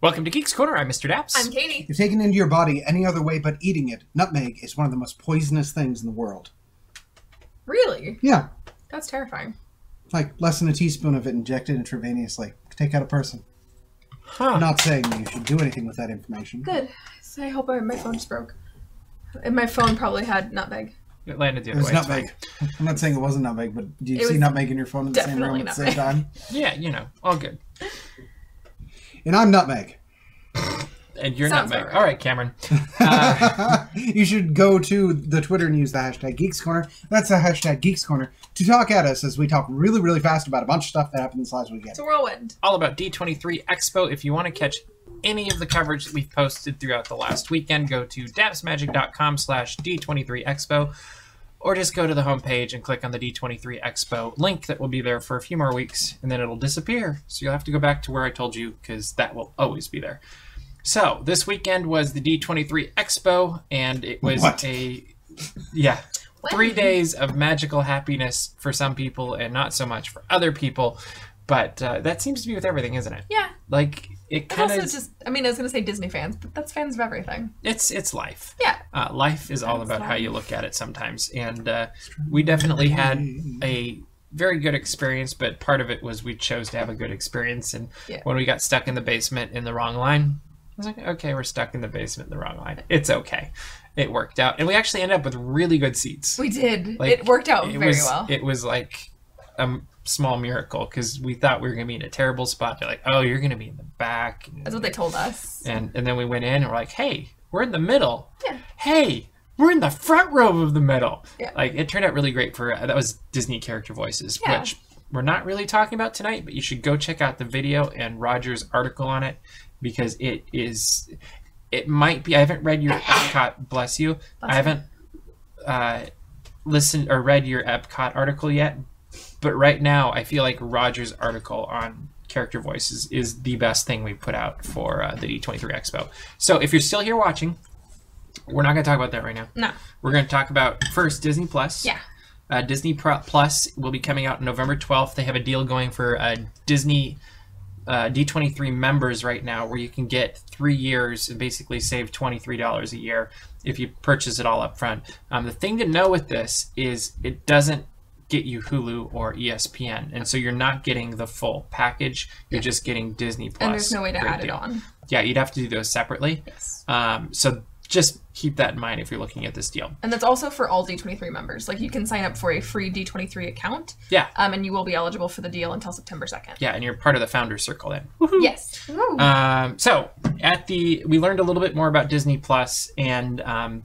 Welcome to Geeks Corner. I'm Mr. Daps. I'm Katie. If taken into your body any other way but eating it, nutmeg is one of the most poisonous things in the world. Really? Yeah, That's terrifying. like less than a teaspoon of it injected intravenously could take out a person. Huh. I'm not saying you should do anything with that information. Good. So I hope I, my phone just broke. And my phone probably had nutmeg. It landed the It other way. was It's nutmeg. I'm not saying it wasn't nutmeg, but do you It see was nutmeg in your phone at the same room definitely at the same time? fine. Yeah, you know, all good. And I'm nutmeg. And you're Sounds nutmeg. alright. All right, Cameron. Uh, you should go to the Twitter and use the hashtag Geeks Corner. That's the hashtag Geeks Corner to talk at us as we talk really, really fast about a bunch of stuff that happened this last weekend. It's a whirlwind. all about D23 Expo. If you want to catch any of the coverage that we've posted throughout the last weekend, go to dapsmagic.com slash D23 Expo, or just go to the homepage and click on the D23 Expo link that will be there for a few more weeks, and then it'll disappear. So you'll have to go back to where I told you, because that will always be there. So this weekend was the D23 Expo, and it was What? a yeah What? three days of magical happiness for some people and not so much for other people but uh, that seems to be with everything isn't it Yeah. like it But kind also of just, I mean, I was going to say Disney fans, but that's fans of everything. it's it's life Yeah. uh, life is all It's about how life. you look at it sometimes and uh, we definitely had a very good experience but part of it was we chose to have a good experience and Yeah. when we got stuck in the basement in the wrong line i was like okay we're stuck in the basement in the wrong line it's okay it worked out and we actually ended up with really good seats We did. Like, it worked out very was, well. It was like a m- small miracle because we thought we were gonna be in a terrible spot. They're like, "Oh, you're gonna be in the back," that's what they told us. and and then we went in and we're like, "Hey, we're in the middle. Yeah. Hey, we're in the front row of the middle." Yeah. Like it turned out really great for that was Disney character voices, Yeah. which we're not really talking about tonight, but you should go check out the video and Roger's article on it because it is. It might be. I haven't read your Epcot. Bless you. I haven't uh, listened or read your Epcot article yet, but right now I feel like Roger's article on character voices is the best thing we put out for uh, the D23 Expo. So if you're still here watching, we're not going to talk about that right now. No. We're going to talk about first Disney Plus. Yeah. Uh, Disney Pro- Plus will be coming out November 12th. They have a deal going for uh, Disney uh, D23 members right now where you can get three years and basically save $23 a year if you purchase it all up front. Um, the thing to know with this is it doesn't get you Hulu or E ESPN. And so you're not getting the full package. You're just getting Disney Plus. And there's no way to Great add it deal. on. Yeah, you'd have to do those separately. Yes. Um, so just keep that in mind if you're looking at this deal. And that's also for all D23 members. Like, you can sign up for a free D23 account, Yeah. um, and you will be eligible for the deal until September 2nd. Yeah, and you're part of the founder circle then. Yes. Woo. Um, so at the we learned a little bit more about Disney Plus, and um,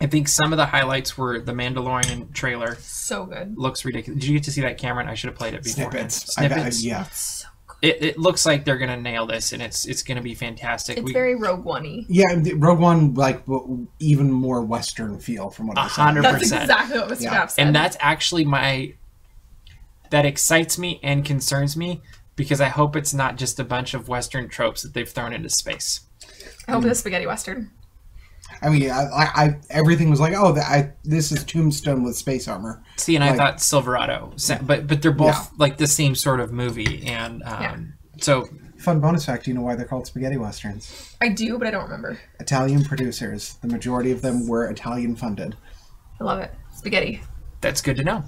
I think some of the highlights were the Mandalorian trailer. so good. Looks ridiculous. Did you get to see that, Cameron? I should have played it before. Snippets. I- I- Snippets. yeah. So good. It, it looks like they're gonna nail this, and it's it's gonna be fantastic. It's We- very Rogue One Yeah, and the- Rogue One, like, w- even more Western feel from what I A saw. hundred That's percent. exactly what Mr. Yeah. Dapp said. and that's actually my that excites me and concerns me because I hope it's not just a bunch of Western tropes that they've thrown into space. I hope it's spaghetti western. I mean, I, I, I everything was like, oh, the, I, this is Tombstone with space armor. See, and I Like- thought Silverado, sa- but but they're both like the same sort of movie, and um, so Fun bonus fact: Do you know why they're called spaghetti westerns? I do, but I don't remember. Italian producers. The majority of them were Italian funded. I love it. Spaghetti. that's good to know.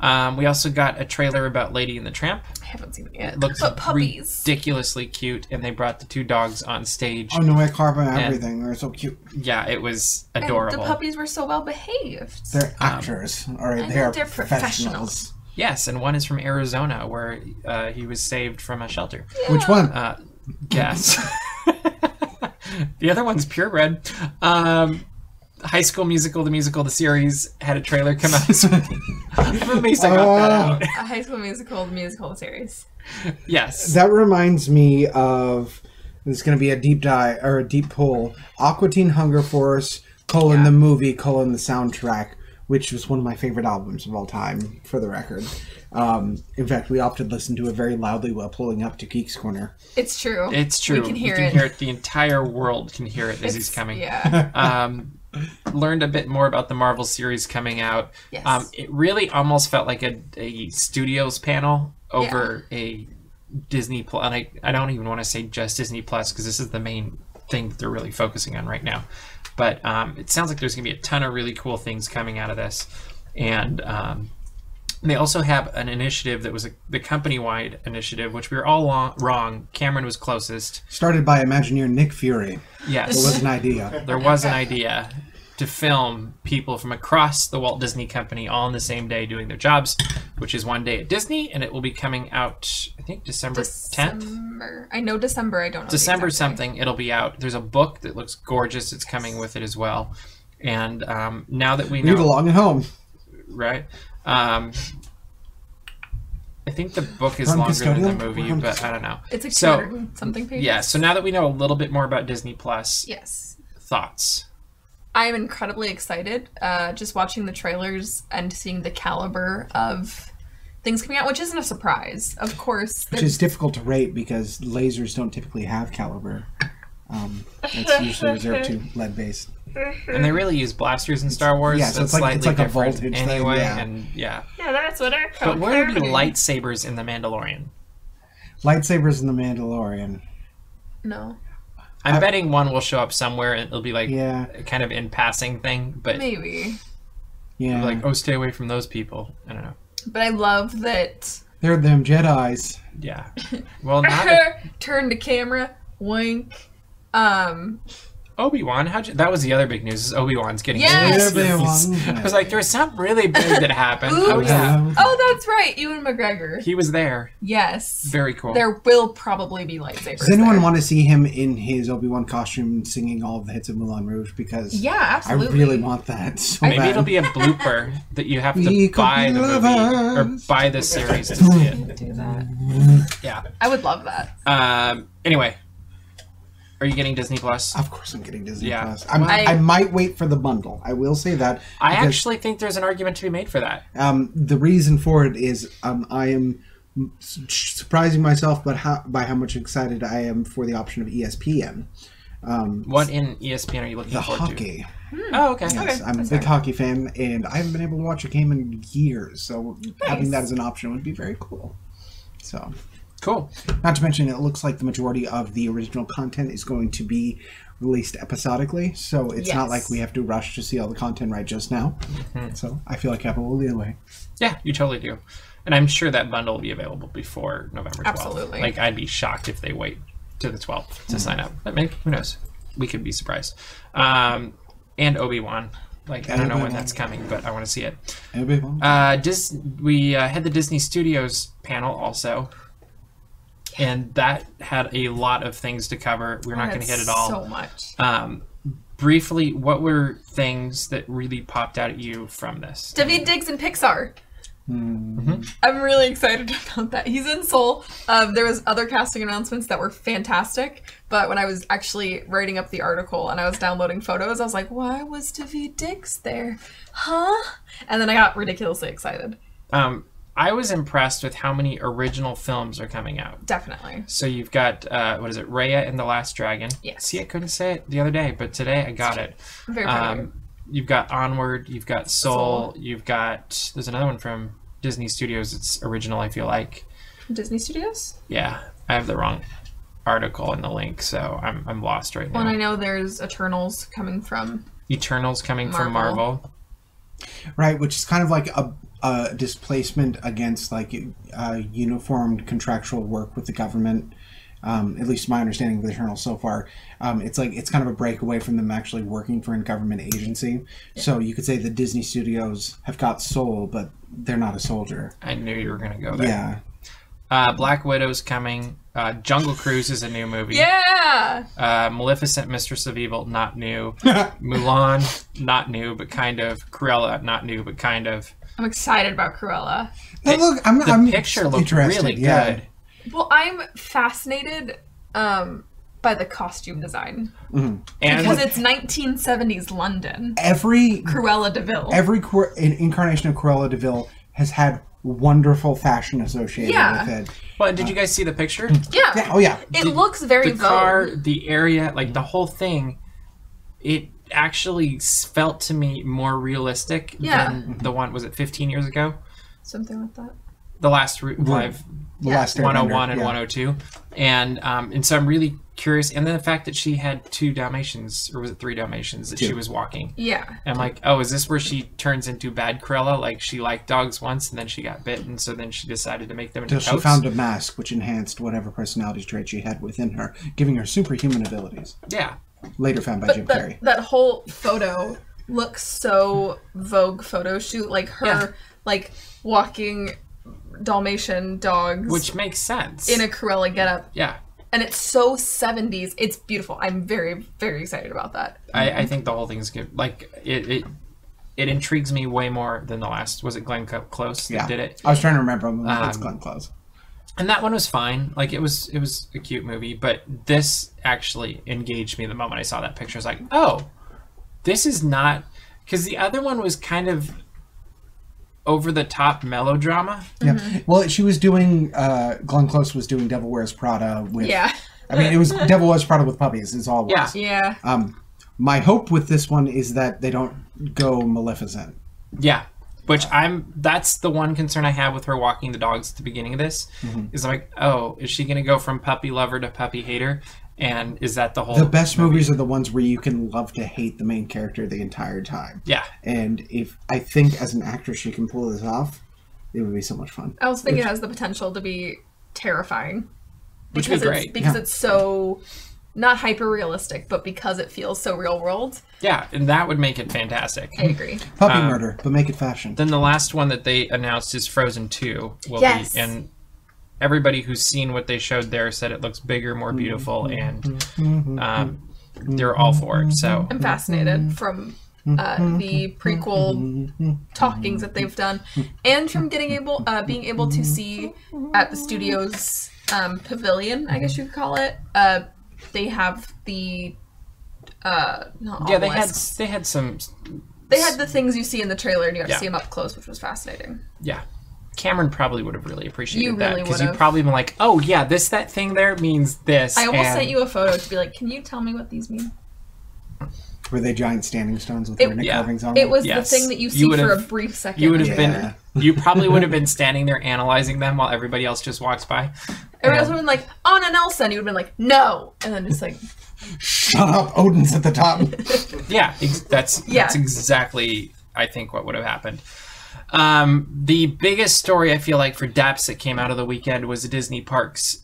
Um, we also got a trailer about Lady and the Tramp. I haven't seen it yet. It looks but puppies. ridiculously cute, and they brought the two dogs on stage. Oh no, I carve on everything. They're so cute. Yeah, it was And adorable. the puppies were so well behaved. They're actors. All right, they know are they're professionals. yes, and one is from Arizona, where uh, he was saved from a shelter. Which one? Uh, yes. the other one's purebred. Um, High School Musical, the musical, the series had a trailer come out. this week. I'm amazed I got Oh. that out. A high school musical, the musical series. Yes. that reminds me of. It's going to be a deep dive or a deep pull. Aqua Teen Hunger Force: colon the movie colon the soundtrack, which was one of my favorite albums of all time. For the record, um, in fact, we opted to listen to it very loudly while pulling up to Geeks Corner. It's true. It's true. We can hear you can it. hear it. The entire world can hear it as he's coming. Yeah. Um, learned a bit more about the Marvel series coming out. Yes. Um, it really almost felt like a, a studios panel over a Disney Plus, and I, I don't even want to say just Disney Plus because this is the main thing that they're really focusing on right now. But um, it sounds like there's going to be a ton of really cool things coming out of this, and um, they also have an initiative that was a, the company-wide initiative, which we were all long, wrong. Cameron was closest. Started by Imagineer Nick Fury. It Yes, was an idea. there was an idea to film people from across the Walt Disney Company all on the same day doing their jobs, which is one day at Disney, and it will be coming out I think December tenth. December. I know December. I don't know. the December exact day. something. It'll be out. There's a book that looks gorgeous. It's coming with it as well. And um, now that we We know, belong at home. right? Um, I think the book is Ron longer than Custodial? the movie, Ron but I don't know. It's like So- 200 and something pages. Yeah. So now that we know a little bit more about Disney Plus, Yes. thoughts? I am incredibly excited. Uh, just watching the trailers and seeing the caliber of things coming out, which isn't a surprise, of course. Which is difficult to rate because lasers don't typically have caliber. Um, it's usually reserved to lead based. And they really use blasters in Star Wars. yeah, so that's it's like- it's slightly like a different voltage thing, anyway. yeah. And yeah, Yeah, that's what I call but where are the lightsabers in the Mandalorian? Lightsabers in The Mandalorian. No. I'm betting one will show up somewhere, and it'll be like Yeah, a kind of in passing thing. But Maybe. yeah. like, oh, stay away from those people. I don't know. But I love that They're them Jedi's. Yeah. Well, not a- turn to camera, wink. Um, Obi Wan. How'd you? That was the other big news. Is Obi Wan's getting Yes! released. Obi-Wan. I was like, there was something really big that happened. Ooh. oh yeah, Hello. oh, that's right, Ewan McGregor. he was there. Yes. Very cool. There will probably be lightsabers. Does anyone there. want to see him in his Obi Wan costume singing all of the hits of Moulin Rouge? Because Yeah, I absolutely. really want that. So Maybe bad. it'll be a blooper that you have to We could buy be the movie or lovers. buy the series to see it. do that. Yeah. I would love that. Um. Anyway, are you getting Disney Plus? Of course, I'm getting Disney Yeah. Plus. I'm, I- I, might wait for the bundle. I will say that. I because, actually think there's an argument to be made for that. um, the reason for it is um, I am su- surprising myself, but how, by how much excited I am for the option of E ESPN, What in E ESPN are you looking the forward hockey. to? Oh, okay. Yes, I'm a big hockey fan, and I haven't been able to watch a game in years. So having that as an option would be very cool. So, Cool. not to mention, it looks like the majority of the original content is going to be released episodically. So it's not Yes. like we have to rush to see all the content right just now. So I feel like I have a little leeway. Yeah, you totally do. And I'm sure that bundle will be available before November 12th. Absolutely. Like, I'd be shocked if they wait to the 12th Hmm. to sign up. But maybe, who knows? We could be surprised. Um, and Obi Wan. Like, I don't know when Obi-Wan. that's coming, but I want to see it. It'll be fun. Uh, Dis- we uh, had the Disney Studios panel also. And that had a lot of things to cover. We're not going to hit it all. So much. Um, briefly, what were things that really popped out at you from this? David Diggs and Pixar. Mm-hmm. Mhm. I'm really excited about that. He's in Seoul. Um, there was other casting announcements that were fantastic, but when I was actually writing up the article and I was downloading photos, I was like, "Why was David Diggs there? Huh?" And then I got ridiculously excited. Um, I was impressed with how many original films are coming out. Definitely. So you've got uh, what is it, Raya and the Last Dragon? Yes. See, I couldn't say it the other day, but today I got it. I'm very proud of you. Um, you've got Onward. You've got Soul. You've got there's another one from Disney Studios. It's original. I feel like. Disney Studios. Yeah, I have the wrong article and the link, so I'm I'm lost right Well, and I now. know there's Eternals coming from. Eternals coming from Marvel. Marvel. Right, which is kind of like a, a displacement against like uh, uniformed contractual work with the government. Um, at least my understanding of the journal so far, um, it's like it's kind of a breakaway from them actually working for a government agency. So you could say the Disney studios have got soul, but they're not a soldier. I knew you were gonna go there. Yeah, Uh, Black Widow's coming. Uh, Jungle Cruise is a new movie. Yeah. Uh, Maleficent, Mistress of Evil, not new. Mulan, not new, but kind of. Cruella, not new, but kind of. I'm excited about Cruella. But look, I'm, The I'm picture looked interested, really yeah. good. Well, I'm fascinated um, by the costume design And because it's 1970s London. Every Cruella Deville. every cor- in- incarnation of Cruella Deville has had wonderful fashion associated Yeah. with it. well, did you guys see the picture? yeah. Yeah, oh yeah, It looks very The car, Vogue. the area, like the whole thing. It actually s- felt to me more realistic Yeah. than the one was it 15 years ago Something like that. the last Root Live The Last Airbender, 101 and yeah. 102, and um, and so I'm really curious. And then the fact that she had two Dalmatians, or was it three Dalmatians, that she Two. was walking. Yeah. I'm like, oh, is this where she turns into bad Corella? Like she liked dogs once, and then she got bit, and so then she decided to make them into Till she coats. found a mask which enhanced whatever personality trait she had within her, giving her superhuman abilities. yeah, Later found by Jim Carrey. That, that whole photo looks so Vogue photo shoot, like her Yeah. like walking Dalmatian dogs which makes sense. in a Corella getup, yeah, and it's so seventies. It's beautiful. I'm very very excited about that. I, I think the whole thing's good. Like it, it, it intrigues me way more than the last. Was it Glenn Co- Close that yeah. did it? I was trying to remember. I'm like, it's Um, Glenn Close. And that one was fine. Like it was, it was a cute movie. But this actually engaged me the moment I saw that picture. I was like, oh, this is not because the other one was kind of over the top melodrama. Yeah. mm-hmm. Well, she was doing. Uh, Glenn Close was doing Devil Wears Prada with. Yeah, I mean, it was Devil Wears Prada with puppies. Is all. It was. yeah. Um, my hope with this one is that they don't go Maleficent. Yeah. Which I'm that's the one concern I have with her walking the dogs at the beginning of this is I'm like, oh, is she gonna go from puppy lover to puppy hater? And is that the whole The best movies are the ones where you can love to hate the main character the entire time. Yeah. And if I think as an actress she can pull this off, it would be so much fun. I also think it has the potential to be terrifying Which would be it's great. because it's so not hyper realistic, but because it feels so real world. Yeah, and that would make it fantastic. I agree. Puppy murder, but make it fashion. Then Um, the last one that they announced is Frozen Two will Yes. be and everybody who's seen what they showed there said it looks bigger, more beautiful, Mm-hmm. and um, they're all for it. So I'm fascinated from uh, Mm-hmm. the prequel uh, talkings that they've done, and from getting able, uh, being able Mm-hmm. to see at the studio's um, pavilion, I guess you could call it. Uh, they have the uh, not yeah, they had obelisks. they had some they had the things you see in the trailer, and you got to Yeah. see them up close, which was fascinating. Yeah. Cameron probably would have really appreciated You that really because would you'd have. probably been like, "Oh yeah, this that thing there means this." I almost and- sent you a photo to be like, "Can you tell me what these mean?" Were they giant standing stones with It- granite yeah. carvings on It was Yes. the thing that you You see would for a have- brief second. You would have Yeah. been. You probably would have been standing there analyzing them while everybody else just walks by. Everyone else would have been like, "On an Elsa," and you would have been like, "No," and then just like, Shut up, Odin's at the top. Yeah, ex- that's Yeah. that's exactly I think what would have happened. Um, the biggest story I feel like for DAPS that came out of the weekend was the Disney Parks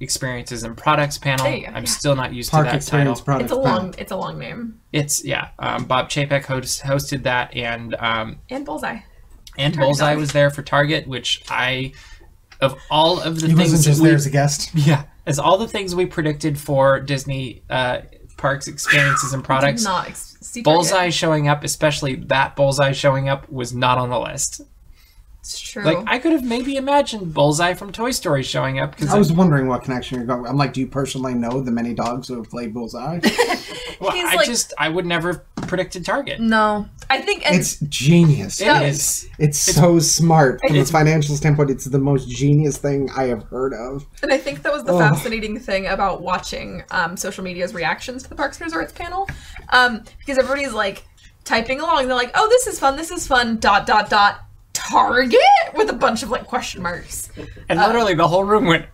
experiences and products panel. There you go, I'm yeah. still not used Park to that title. experience product. "It's a long, it's a long name." it's yeah. Um, Bob Chapek host, hosted that, and um, And bullseye. and Target Bullseye dog. was there for Target, which I, of all of the He things, wasn't just we, there as a guest. yeah, as all the things we predicted for Disney uh, parks, experiences, and products, Not ex- see Target. Bullseye showing up, especially that Bullseye showing up, was not on the list. It's true. Like I could have maybe imagined Bullseye from Toy Story showing up because I was wondering what connection you're going. I'm like, do you personally know the many dogs who have played Bullseye? he's I like- just I would never have predicted Target. no, I think and it's genius. It is. It's so smart from It's- a financial standpoint. It's the most genius thing I have heard of. and I think that was the Oh. fascinating thing about watching um, social media's reactions to the Parks and Resorts panel, um, because everybody's like typing along. They're like, "Oh, this is fun. This is fun." Dot dot dot. Target with a bunch of like question marks. and literally the whole room went.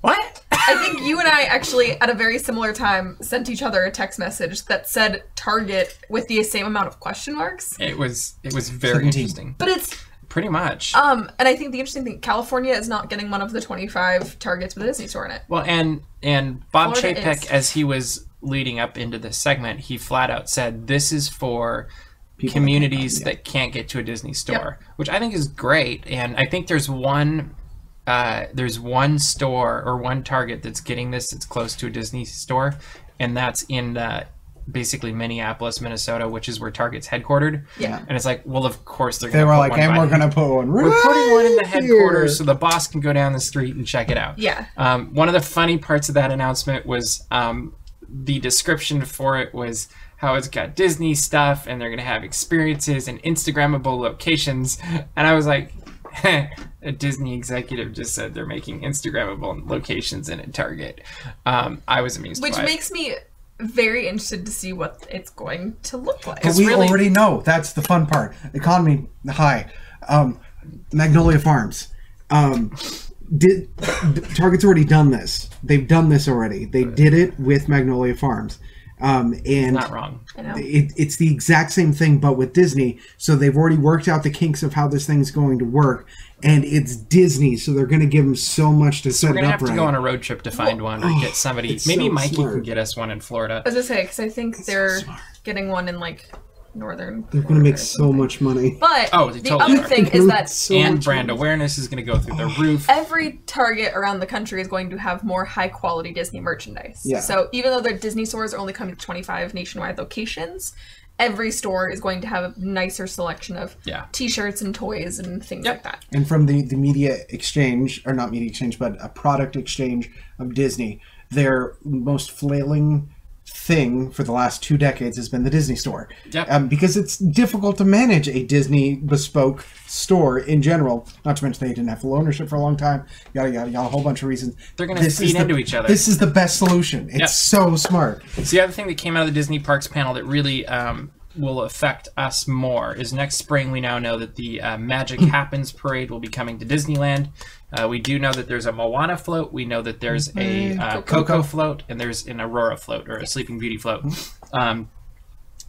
What? I think you and I actually, at a very similar time, sent each other a text message that said Target with the same amount of question marks. it was it was very 17. interesting. But it's Pretty much. Um, and I think the interesting thing, California is not getting one of the 25 targets with a Disney store in it. Well, and and Bob Florida Chapek, is- as he was leading up into this segment, he flat out said, "This is for People communities that can't get to a Disney store," which I think is great. And I think there's one. Uh, there's one store or one Target that's getting this that's close to a Disney store, and that's in uh, basically Minneapolis, Minnesota, which is where Target's headquartered. Yeah. And it's like, well, of course they're They gonna were put like, one and by- we're going to put one right we're putting one in the here." headquarters so the boss can go down the street and check it out. Yeah. Um, one of the funny parts of that announcement was um, the description for it was how it's got Disney stuff and they're going to have experiences and Instagrammable locations. And I was like, a Disney executive just said they're making Instagrammable locations in at Target. Um, I was amused Which by it. makes me very interested to see what it's going to look like. But we really- already know. That's the fun part. Economy high. Um, Magnolia Farms. Um, did Target's already done this? They've done this already. They did it with Magnolia Farms, um, and Not wrong. I know. it, it's the exact same thing but with disney so they've already worked out the kinks of how this thing's going to work and it's disney so they're going to give them so much to set We're it gonna up have to right Oh, go on a road trip to find one or get somebody. it's Maybe so Mikey can smart. get us one in Florida. As I say, because I think they're smart. getting one in like northern. they're going to make so much money But Oh, they the totally other are. thing is that So And much brand money. awareness is going to go through Oh, the roof. every Target around the country is going to have more high quality Disney merchandise. Yeah. So even though their Disney stores are only coming to 25 nationwide locations, every store is going to have a nicer selection of Yeah. t-shirts and toys and things Yep. like that. and from the, the media exchange or not media exchange but a product exchange of disney their most flailing thing for the last two decades has been the disney store Yep. um, because it's difficult to manage a disney bespoke store in general not to mention they didn't have full ownership for a long time yada yada yada a whole bunch of reasons They're gonna This is feed the- into each other. this is the best solution it's Yep. so smart So the other thing that came out of the Disney Parks panel that really um, will affect us more is next spring. We now know that the uh, Magic Happens parade will be coming to Disneyland. Uh, we do know that there's a Moana float. We know that there's a uh, Coco float, and there's an Aurora float or a Sleeping Beauty float. Um,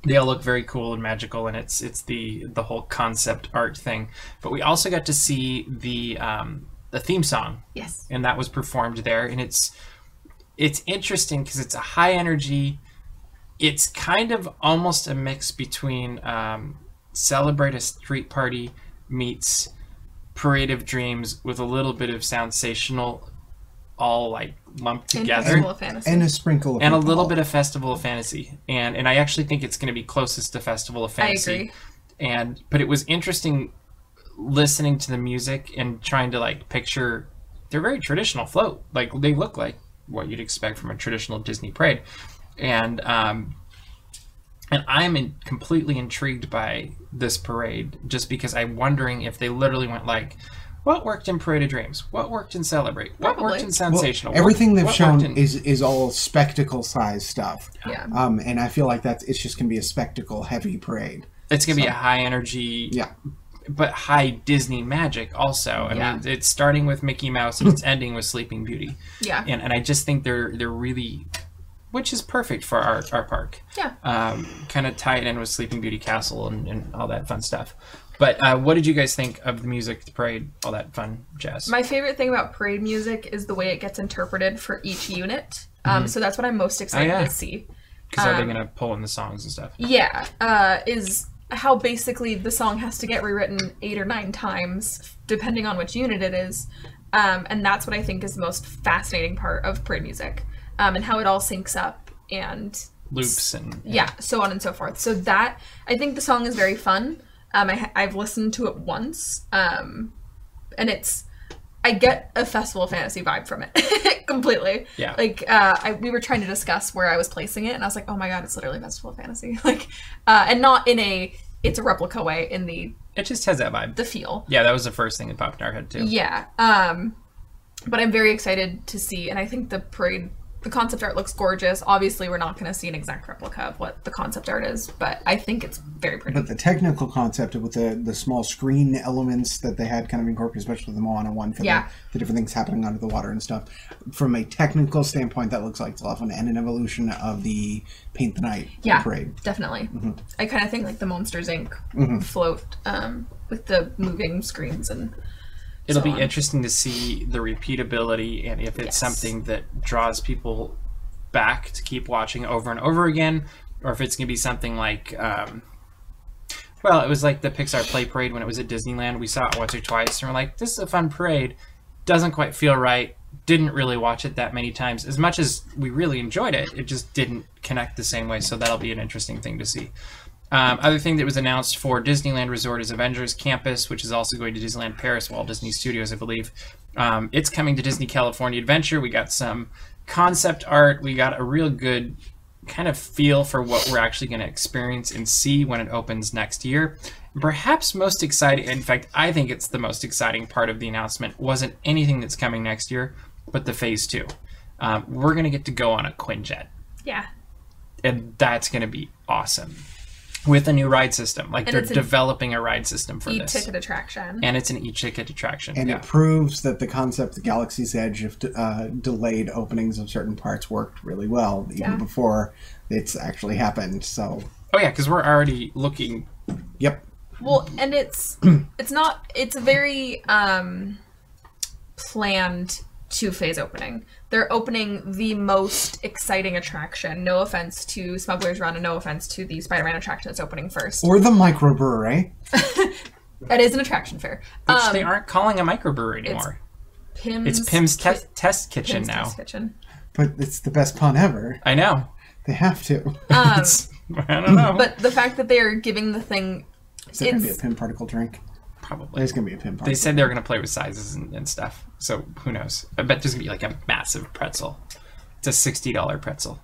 they all look very cool and magical, and it's it's the the whole concept art thing. But we also got to see the um, the theme song Yes. and that was performed there and it's it's interesting because it's a high energy it's kind of almost a mix between um, celebrate a street party meets parade of dreams with a little bit of sensational all like lumped And together Festival of Fantasy. and a sprinkle of and a football. little bit of Festival of Fantasy, and and I actually think it's going to be closest to Festival of Fantasy. agree. And but it was interesting listening to the music and trying to like picture. They're very traditional float, like they look like what you'd expect from a traditional Disney parade, and um, and I'm in, completely intrigued by this parade just because I'm wondering if they literally went like. What worked in Parade of Dreams? What worked in Celebrate? What worked Probably. in Well, Sensational? What- everything they've what worked shown in- is is all spectacle size stuff yeah. um, and I feel like that's it's just gonna be a spectacle heavy parade. It's gonna be a high energy, Yeah. but high Disney magic also. I Yeah. mean, it's starting with Mickey Mouse and it's ending with Sleeping Beauty, Yeah. and and I just think they're they're really, which is perfect for our our park. Yeah. Um, kind of tie it in with Sleeping Beauty Castle and, and all that fun stuff. But uh, what did you guys think of the music, the parade, all that fun jazz? My favorite thing about parade music is the way it gets interpreted for each unit. Um, So that's what I'm most excited Mm-hmm. Oh, yeah. to see. Because um, are they gonna pull in the songs and stuff? Yeah, uh, is how basically the song has to get rewritten eight or nine times, depending on which unit it is. Um, and that's what I think is the most fascinating part of parade music um, and how it all syncs up and Loops and yeah, so on and so forth. So that I think the song is very fun. Um, I, ha- I've listened to it once, um, and it's I get a festival fantasy vibe from it completely. Yeah. Like uh, I, we were trying to discuss where I was placing it, and I was like, oh my god, it's literally festival fantasy. like, uh, and not in a it's a replica way in the it just has that vibe. the feel. Yeah, that was the first thing that popped in our head too. Yeah. Um, but I'm very excited to see, and I think the parade, the concept art looks gorgeous. Obviously, we're not going to see an exact replica of what the concept art is, but I think it's very pretty. But the technical concept with the the small screen elements that they had kind of incorporated, especially the Moana one for Yeah. the, the different things happening under the water and stuff. From a technical standpoint, that looks like it's a lot of fun and an evolution of the Paint the Night yeah, parade. Mm-hmm. definitely. I kind of think like the Monsters Inc. float um, with the moving screens and It'll so be on. interesting to see the repeatability and if it's Yes. something that draws people back to keep watching over and over again, or if it's going to be something like, um, well, it was like the Pixar Play Parade when it was at Disneyland. We saw it once or twice and we're like, this is a fun parade. Doesn't quite feel right. Didn't really watch it that many times. As much as we really enjoyed it, it just didn't connect the same way. So that'll be an interesting thing to see. Um, other thing that was announced for Disneyland Resort is Avengers Campus, which is also going to Disneyland Paris, Walt Disney Studios, I believe. Um, it's coming to Disney California Adventure. We got some concept art. We got a real good kind of feel for what we're actually going to experience and see when it opens next year. Perhaps most exciting, in fact, I think it's the most exciting part of the announcement, wasn't anything that's coming next year, but the phase two. Um, we're going to get to go on a Quinjet, yeah, and that's going to be awesome. with a new ride system. Like And they're it's an developing a ride system for this, e-ticket attraction. and it's an e-ticket attraction. And yeah. it proves that the concept of Galaxy's Edge of uh, delayed openings of certain parts worked really well, even Yeah. before it's actually happened. So, oh yeah, because we're already looking. yep. Well, and it's it's not it's a very um planned two phase opening. They're opening the most exciting attraction. No offense to Smuggler's Run and no offense to the Spider Man attraction that's opening first. Or the microbrewery. That is an attraction fair. Which Um, they aren't calling a microbrewery anymore. Pim's It's, Pim's Ki- te- Test Kitchen Pim's now. Test Kitchen. But it's the best pun ever. I know. They have to. Um, I don't know. but the fact that they are giving the thing Is there going to be a it's- pin particle drink? Probably. There's going to be a pin particle. They said they were going to play with sizes and, and stuff. So who knows? I bet there's going to be like a massive pretzel. It's a $60 pretzel.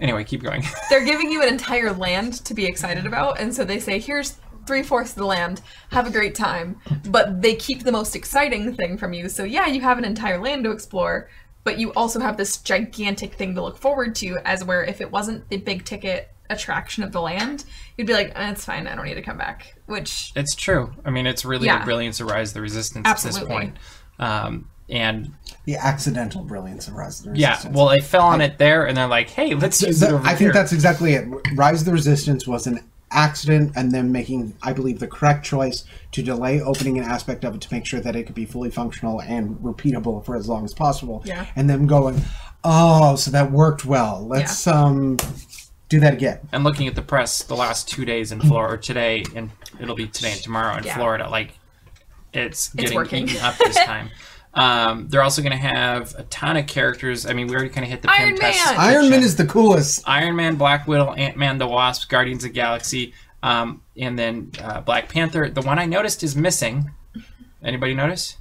Anyway, keep going. they're giving you an entire land to be excited about, and so they say, "Here's three fourths of the land. Have a great time." But they keep the most exciting thing from you. So yeah, you have an entire land to explore, but you also have this gigantic thing to look forward to. As where if it wasn't the big ticket attraction of the land, you'd be like, eh, "It's fine. I don't need to come back." Which it's true. I mean, it's really Yeah. the brilliance of Rise of the Resistance Absolutely. at this point. Um, and The accidental brilliance of Rise of the yeah, Resistance. well, they fell on it there and they're like, hey, let's use Th- it over I here. think that's exactly it. Rise of the Resistance was an accident, and them making, I believe, the correct choice to delay opening an aspect of it to make sure that it could be fully functional and repeatable for as long as possible. Yeah. And them going, oh, so that worked well. Let's um do that again. and looking at the press the last two days in Florida, or today, and it'll be today and tomorrow in Yeah. Florida, like it's getting working. eaten up this time. Um, they're also going to have a ton of characters. I mean, we already kind of hit the Pym Iron test Man! Iron Man kitchen. is the coolest. Iron Man, Black Widow, Ant Man, the Wasp, Guardians of the Galaxy, um, and then uh, Black Panther. The one I noticed is missing. Anybody notice?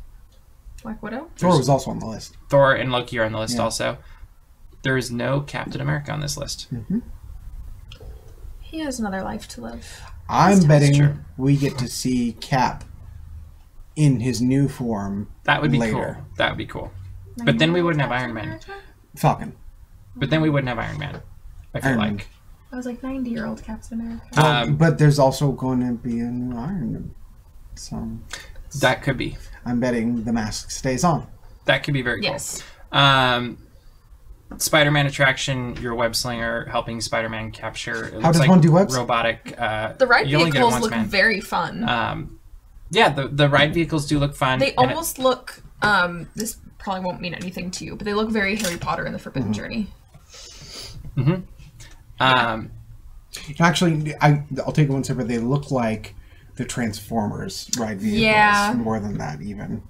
Black Widow. Thor was also on the list. Thor and Loki are on the list also. There is no Captain America on this list. Hmm. He has another life to live. I'm That's betting true. we get to see Cap in his new form, That would be Later. cool. That would be cool. But then we wouldn't have Iron Man. Falcon. But then we wouldn't have Iron Man. I feel Iron Man. like. I was like 90 year old Captain America. Well, Um, but there's also going to be a new Iron Man. So That could be. I'm betting the mask stays on. That could be very Yes. cool. Um, Spider-Man attraction, your web slinger helping Spider-Man capture. It looks does like one do webs? Robotic. Uh, The ride you only get it vehicles once, look man. very fun. um, yeah, the the ride vehicles do look fun. and They it- almost look. Um, this probably won't mean anything to you, but they look very Harry Potter and the Forbidden Mm-hmm. Journey. um, Actually, I, I'll take it one step. further. They look like the Transformers ride vehicles Yeah. more than that, even.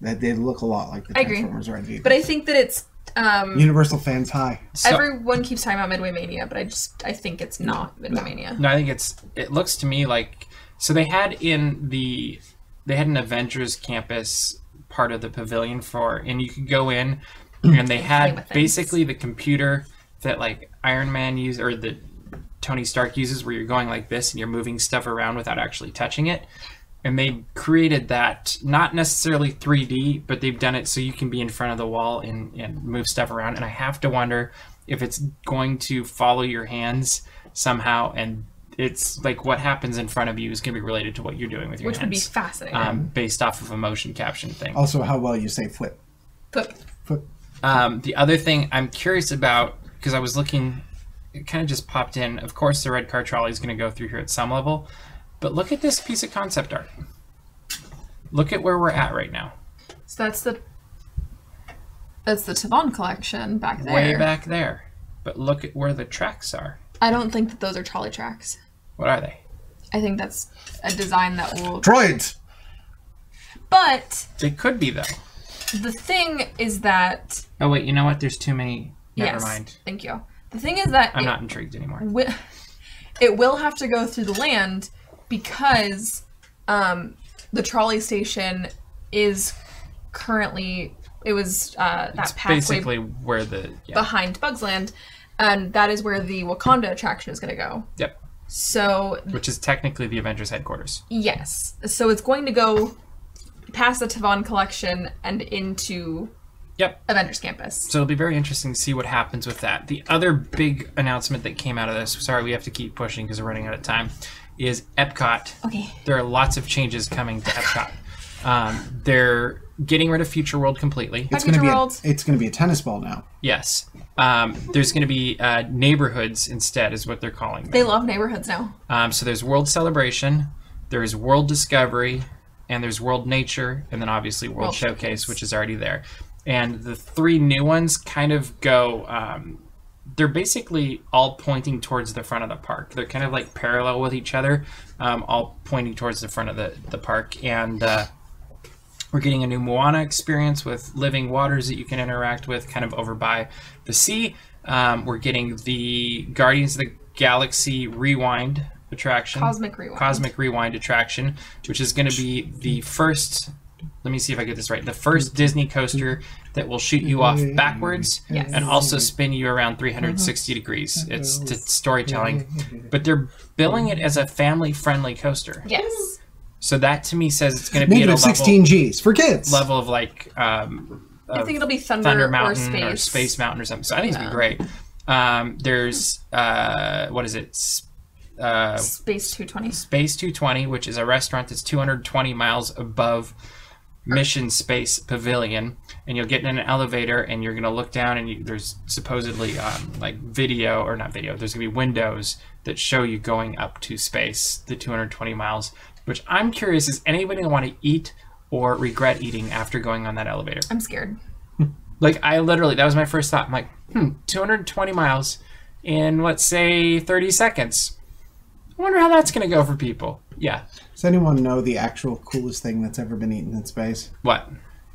That they look a lot like the I agree. Transformers ride vehicles. But I think that it's. Um, Universal fans high. so- everyone keeps talking about Midway Mania, but I just I think it's not Midway Mania. no, I think it's. It looks to me like so they had in the they had an Avengers campus part of the pavilion for, and you could go in, and they with had things. basically the computer that like Iron Man used or the Tony Stark uses, where you're going like this and you're moving stuff around without actually touching it. And they created that not necessarily 3D, but they've done it so you can be in front of the wall and, and move stuff around. And I have to wonder if it's going to follow your hands somehow. And it's like what happens in front of you is going to be related to what you're doing with your Which would be hands. fascinating. um, based off of a motion caption thing. Also, how well you say flip. but Flip. Um, the other thing I'm curious about, because I was looking, it kind of just popped in. Of course, the red car trolley is going to go through here at some level, but look at this piece of concept art. Look at where we're at right now. so that's the that's the Tavon collection back there. Way back there. But look at where the tracks are. I don't think that those are trolley tracks. What are they? I think that's a design that will. Droids! But They could be, though. the thing is that Oh, wait, you know what? There's too many. Never yes, mind. thank you. The thing is that I'm it- not intrigued anymore. wi- it will have to go through the land because um, the trolley station is currently it was uh, that It's pathway basically where the. Yeah. behind Bugs Land, and that is where the Wakanda attraction is going to go. Yep. So Which is technically the Avengers headquarters. yes, so it's going to go past the Tavon collection and into Yep. Avengers Campus. So it'll be very interesting to see what happens with that. The other big announcement that came out of this, sorry, we have to keep pushing because we're running out of time, is Epcot. Okay. There are lots of changes coming to Epcot. Um, they're getting rid of Future World completely. It's gonna be a, World. it's gonna be a tennis ball now. Yes. Um, there's going to be uh, neighborhoods instead, is what they're calling them. They love neighborhoods now. Um, so there's World Celebration, there's World Discovery, and there's World Nature, and then obviously World, World Showcase, Showcase. which is already there. And the three new ones kind of go. Um, they're basically all pointing towards the front of the park. They're kind of like parallel with each other, um, all pointing towards the front of the, the park. And uh, we're getting a new Moana experience with living waters that you can interact with, kind of over by the sea. Um, we're getting the Guardians of the Galaxy Rewind attraction, Cosmic Rewind. Cosmic Rewind attraction, which is going to be the first. Let me see if I get this right. The first Disney coaster that will shoot you off backwards Yes. and also spin you around 360 degrees. It's to storytelling, but they're billing it as a family-friendly coaster. Yes. So that to me says it's going to be at a Negative level sixteen Gs for kids. level of like um, I of think it'll be Thunder, Thunder or Mountain Space. Mountain or something. So I think it's gonna be great. Um, there's uh, what is it? S- Uh, Space 220. Space 220, which is a restaurant that's 220 miles above Mission Space Pavilion, and you'll get in an elevator and you're gonna look down and you, there's supposedly um, like video or not video. There's gonna be windows that show you going up to space, the 220 miles. Which I'm curious, is anybody want to eat or regret eating after going on that elevator? I'm scared. Like I literally, that was my first thought. I'm like, hmm, 220 miles in let's say 30 seconds. I wonder how that's gonna go for people. Yeah. Does anyone know the actual coolest thing that's ever been eaten in space? What?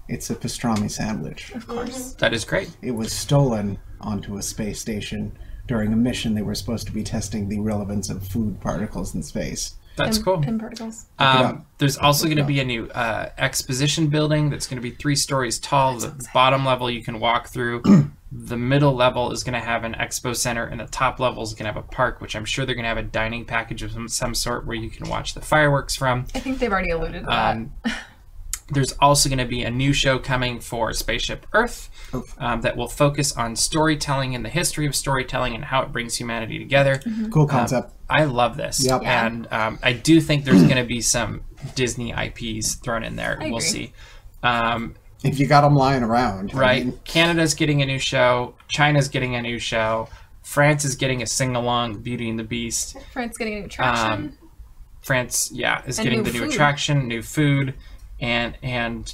It's a pastrami sandwich. Of course. That is great. It was stolen onto a space station during a mission they were supposed to be testing the relevance of food particles in space. That's cool. Pin particles. Um, there's also going to be a new uh, exposition building that's going to be three stories tall. The bottom level you can walk through. the middle level is going to have an expo center, and the top level is going to have a park, which I'm sure they're going to have a dining package of some, some sort where you can watch the fireworks from. I think they've already alluded to that. Um, there's also going to be a new show coming for Spaceship Earth um, that will focus on storytelling and the history of storytelling and how it brings humanity together. Cool concept. I love this. Yep. Mm-hmm. Yeah. And um, I do think there's going to be some Disney IPs thrown in there. we'll agree. see. Um, if you got them lying around, I right. mean, Canada's getting a new show. China's getting a new show. France is getting a sing along, Beauty and the Beast. France getting a new um, attraction. France, yeah, is And getting the new new food. attraction, new food, and and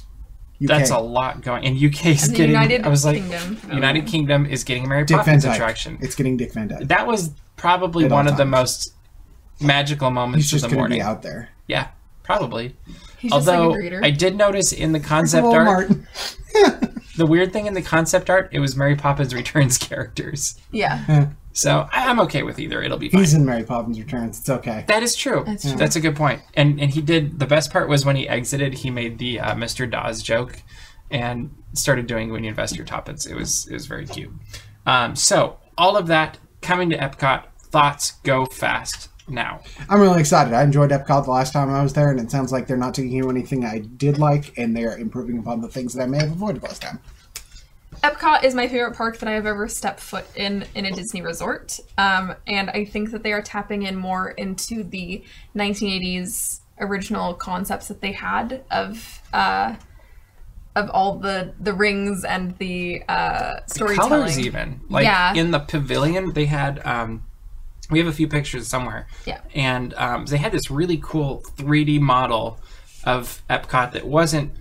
UK. that's a lot going. And UK is the getting. United I was like, Kingdom. United Kingdom is getting a Mary Dick Van Poppins Dyke. attraction. It's getting Dick Van Dyke. That was probably At all one of the times. most magical He's moments of just the going to morning. be out there. Yeah, probably. He's just Although like a breeder. I did notice in the concept Walmart. art, the weird thing in the concept art, it was Mary Poppins Returns characters. yeah. Hmm. So I, I'm okay with either. It'll be fine. He's in Mary Poppins Returns. It's okay. that is true. That's true. a good point. And and he did. The best part was when he exited, he made the uh, Mr. Dawes joke, and started doing when you invest your toppins. It was it was very cute. Um, so all of that coming to Epcot. Thoughts go fast now. I'm really excited. I enjoyed Epcot the last time I was there, and it sounds like they're not taking away anything I did like, and they're improving upon the things that I may have avoided last time. Epcot is my favorite park that I have ever stepped foot in in a Disney resort. Um, and I think that they are tapping in more into the 1980s original concepts that they had of uh, of all the the rings and the uh, storytelling. colors even like Yeah. in the pavilion they had um we have a few pictures somewhere Yeah. and um, they had this really cool 3d model of epcot that wasn't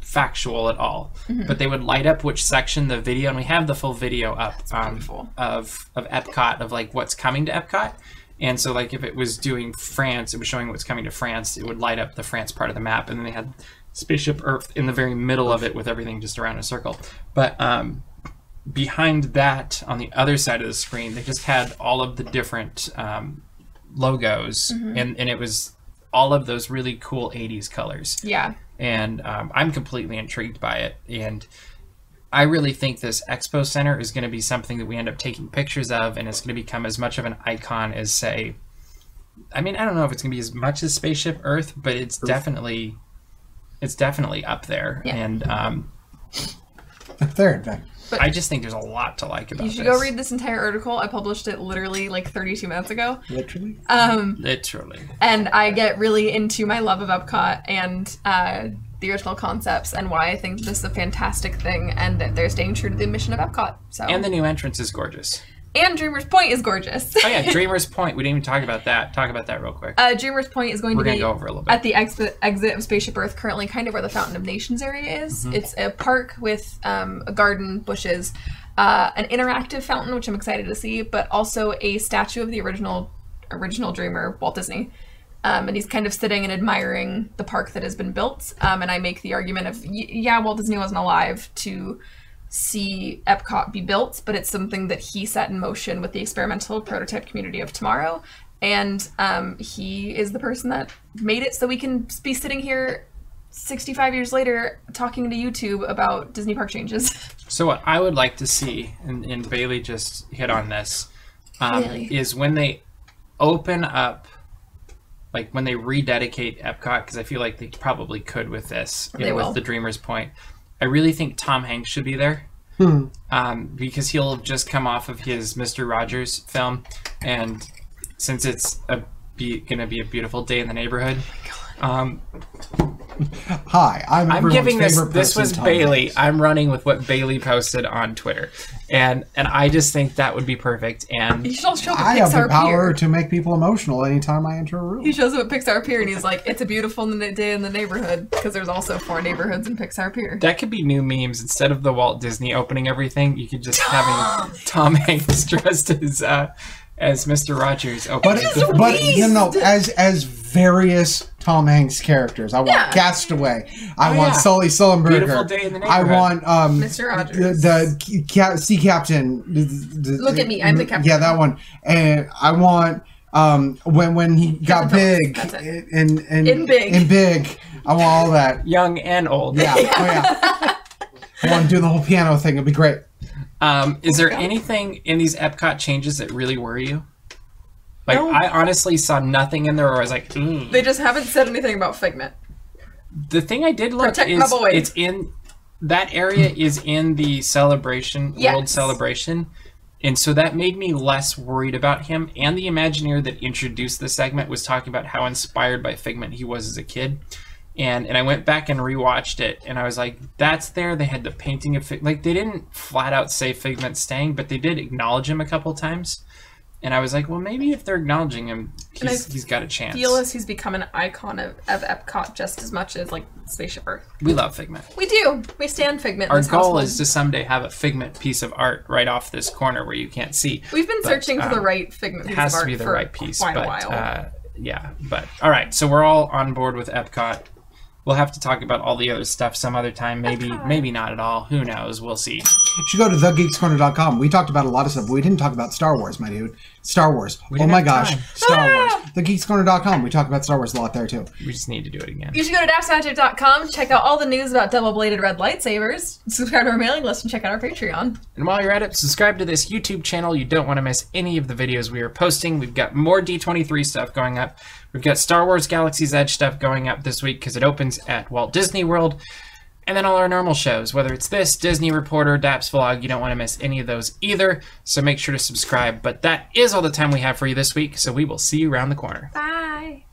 factual at all Mm-hmm. but they would light up which section the video and we have the full video up um, beautiful. of of epcot of like what's coming to epcot and so like if it was doing france it was showing what's coming to france it would light up the france part of the map and then they had spaceship earth in the very middle of it with everything just around a circle but um behind that on the other side of the screen they just had all of the different um, logos Mm-hmm. and, and it was all of those really cool 80s colors Yeah. and um, i'm completely intrigued by it and i really think this expo center is going to be something that we end up taking pictures of and it's going to become as much of an icon as say i mean i don't know if it's going to be as much as spaceship earth but it's definitely it's definitely up there Yeah. and um, Up there, in fact. I just think there's a lot to like about You should this. go read this entire article. I published it literally like 32 minutes ago. Literally. Um, Literally. and I get really into my love of Epcot and uh, the original concepts and why I think this is a fantastic thing and that they're staying true to the mission of Epcot. So And and, the new entrance is gorgeous. Dreamer's Point is gorgeous. Oh yeah, Dreamer's Point. We didn't even talk about that. Talk about that real quick. uh, Dreamer's Point is going We're to gonna be go over a little bit. at the exp- exit of Spaceship Earth, currently kind of where the Fountain of Nations area is. Mm-hmm. It's a park with um, a garden, bushes, uh, an interactive fountain, which I'm excited to see, but also a statue of the original original dreamer Walt Disney. Um, and he's kind of sitting and admiring the park that has been built. Um, and I make the argument of, y- yeah, Walt Disney wasn't alive to see Epcot be built, but it's something that he set in motion with the experimental prototype community of tomorrow. And um, he is the person that made it so we can be sitting here 65 years later talking to YouTube about Disney park changes. So what I would like to see, and, and Bailey just hit on this, um, Bailey. is when they open up, like when they rededicate Epcot, because I feel like they probably could with this, you They know, will. with the Dreamers Point. I really think Tom Hanks should be there, um, because he'll have just come off of his Mister Rogers film, and since it's a be, gonna be a beautiful day in the neighborhood, um, Hi, I'm. I'm everyone's giving this. favorite This person, was Tom Bailey. Hanks. I'm running with what Bailey posted on Twitter, and and I just think that would be perfect. He And should all show up I at have the Pixar power Pier. to make people emotional anytime I enter a room. He shows up at Pixar Pier and he's like, it's a beautiful n- day in the neighborhood because there's also four neighborhoods in Pixar Pier. that could be new memes. Instead of the Walt Disney opening everything, you could just having Tom Hanks dressed as uh, as Mr. Rogers But, opening. a but you know, beast. as as various Tom Hanks characters, I want Yeah. Oh, Castaway. I want yeah. Sully Beautiful Sullenberger. Day in the I want um, Mr. Rogers. the, the ca- sea captain. The- the- Look at me, I'm the captain. Yeah, that one. And I want um, when when he got Captain big Phillips, that's and and In big. in big. I want all that. young and old. Yeah, oh, yeah. oh, I want to do the whole piano thing. It'd be great. Um, is there anything in these Epcot changes that really worry you? Like No. I honestly saw nothing in there where I was like, mm. "Ooh." They just haven't said anything about Figment. The thing I did look Protect my is boy. it's in that area is in the celebration world Yes. celebration, and so that made me less worried about him. And the Imagineer that introduced the segment was talking about how inspired by Figment he was as a kid, and and I went back and rewatched it, and I was like, that's there. They had the painting of Fig- like they didn't flat out say Figment staying, but they did acknowledge him a couple times. And I was like, well, maybe if they're acknowledging him, I he's, he's got a chance. feel as he's become an icon of, of Epcot just as much as like Spaceship Earth. we love Figment. We do. We stand Figment. in our this goal household. is to someday have a figment piece of art right off this corner where you can't see. We've been searching for the um, right Figment piece It has of art to be the for right piece, quite but a while. uh, yeah. But all right, so we're all on board with Epcot. We'll have to talk about all the other stuff some other time. Maybe, maybe not at all. Who knows? We'll see. You should go to thegeekscorner.com. We talked about a lot of stuff, but we didn't talk about Star Wars, my dude. Star Wars. Oh didn't my have gosh. time. Star Wars. Thegeekscorner.com. We talk about Star Wars a lot there too. We just need to do it again. you should go to dashmagic.com, check out all the news about double bladed red lightsabers, subscribe to our mailing list, and check out our Patreon. And while you're at it, subscribe to this YouTube channel. You don't want to miss any of the videos we are posting. We've got more D23 stuff going up. We've got Star Wars Galaxy's Edge stuff going up this week because it opens at Walt Disney World. And then all our normal shows, whether it's this, Disney Reporter, Daps Vlog, you don't want to miss any of those either. So make sure to subscribe. But that is all the time we have for you this week. So we will see you around the corner. Bye.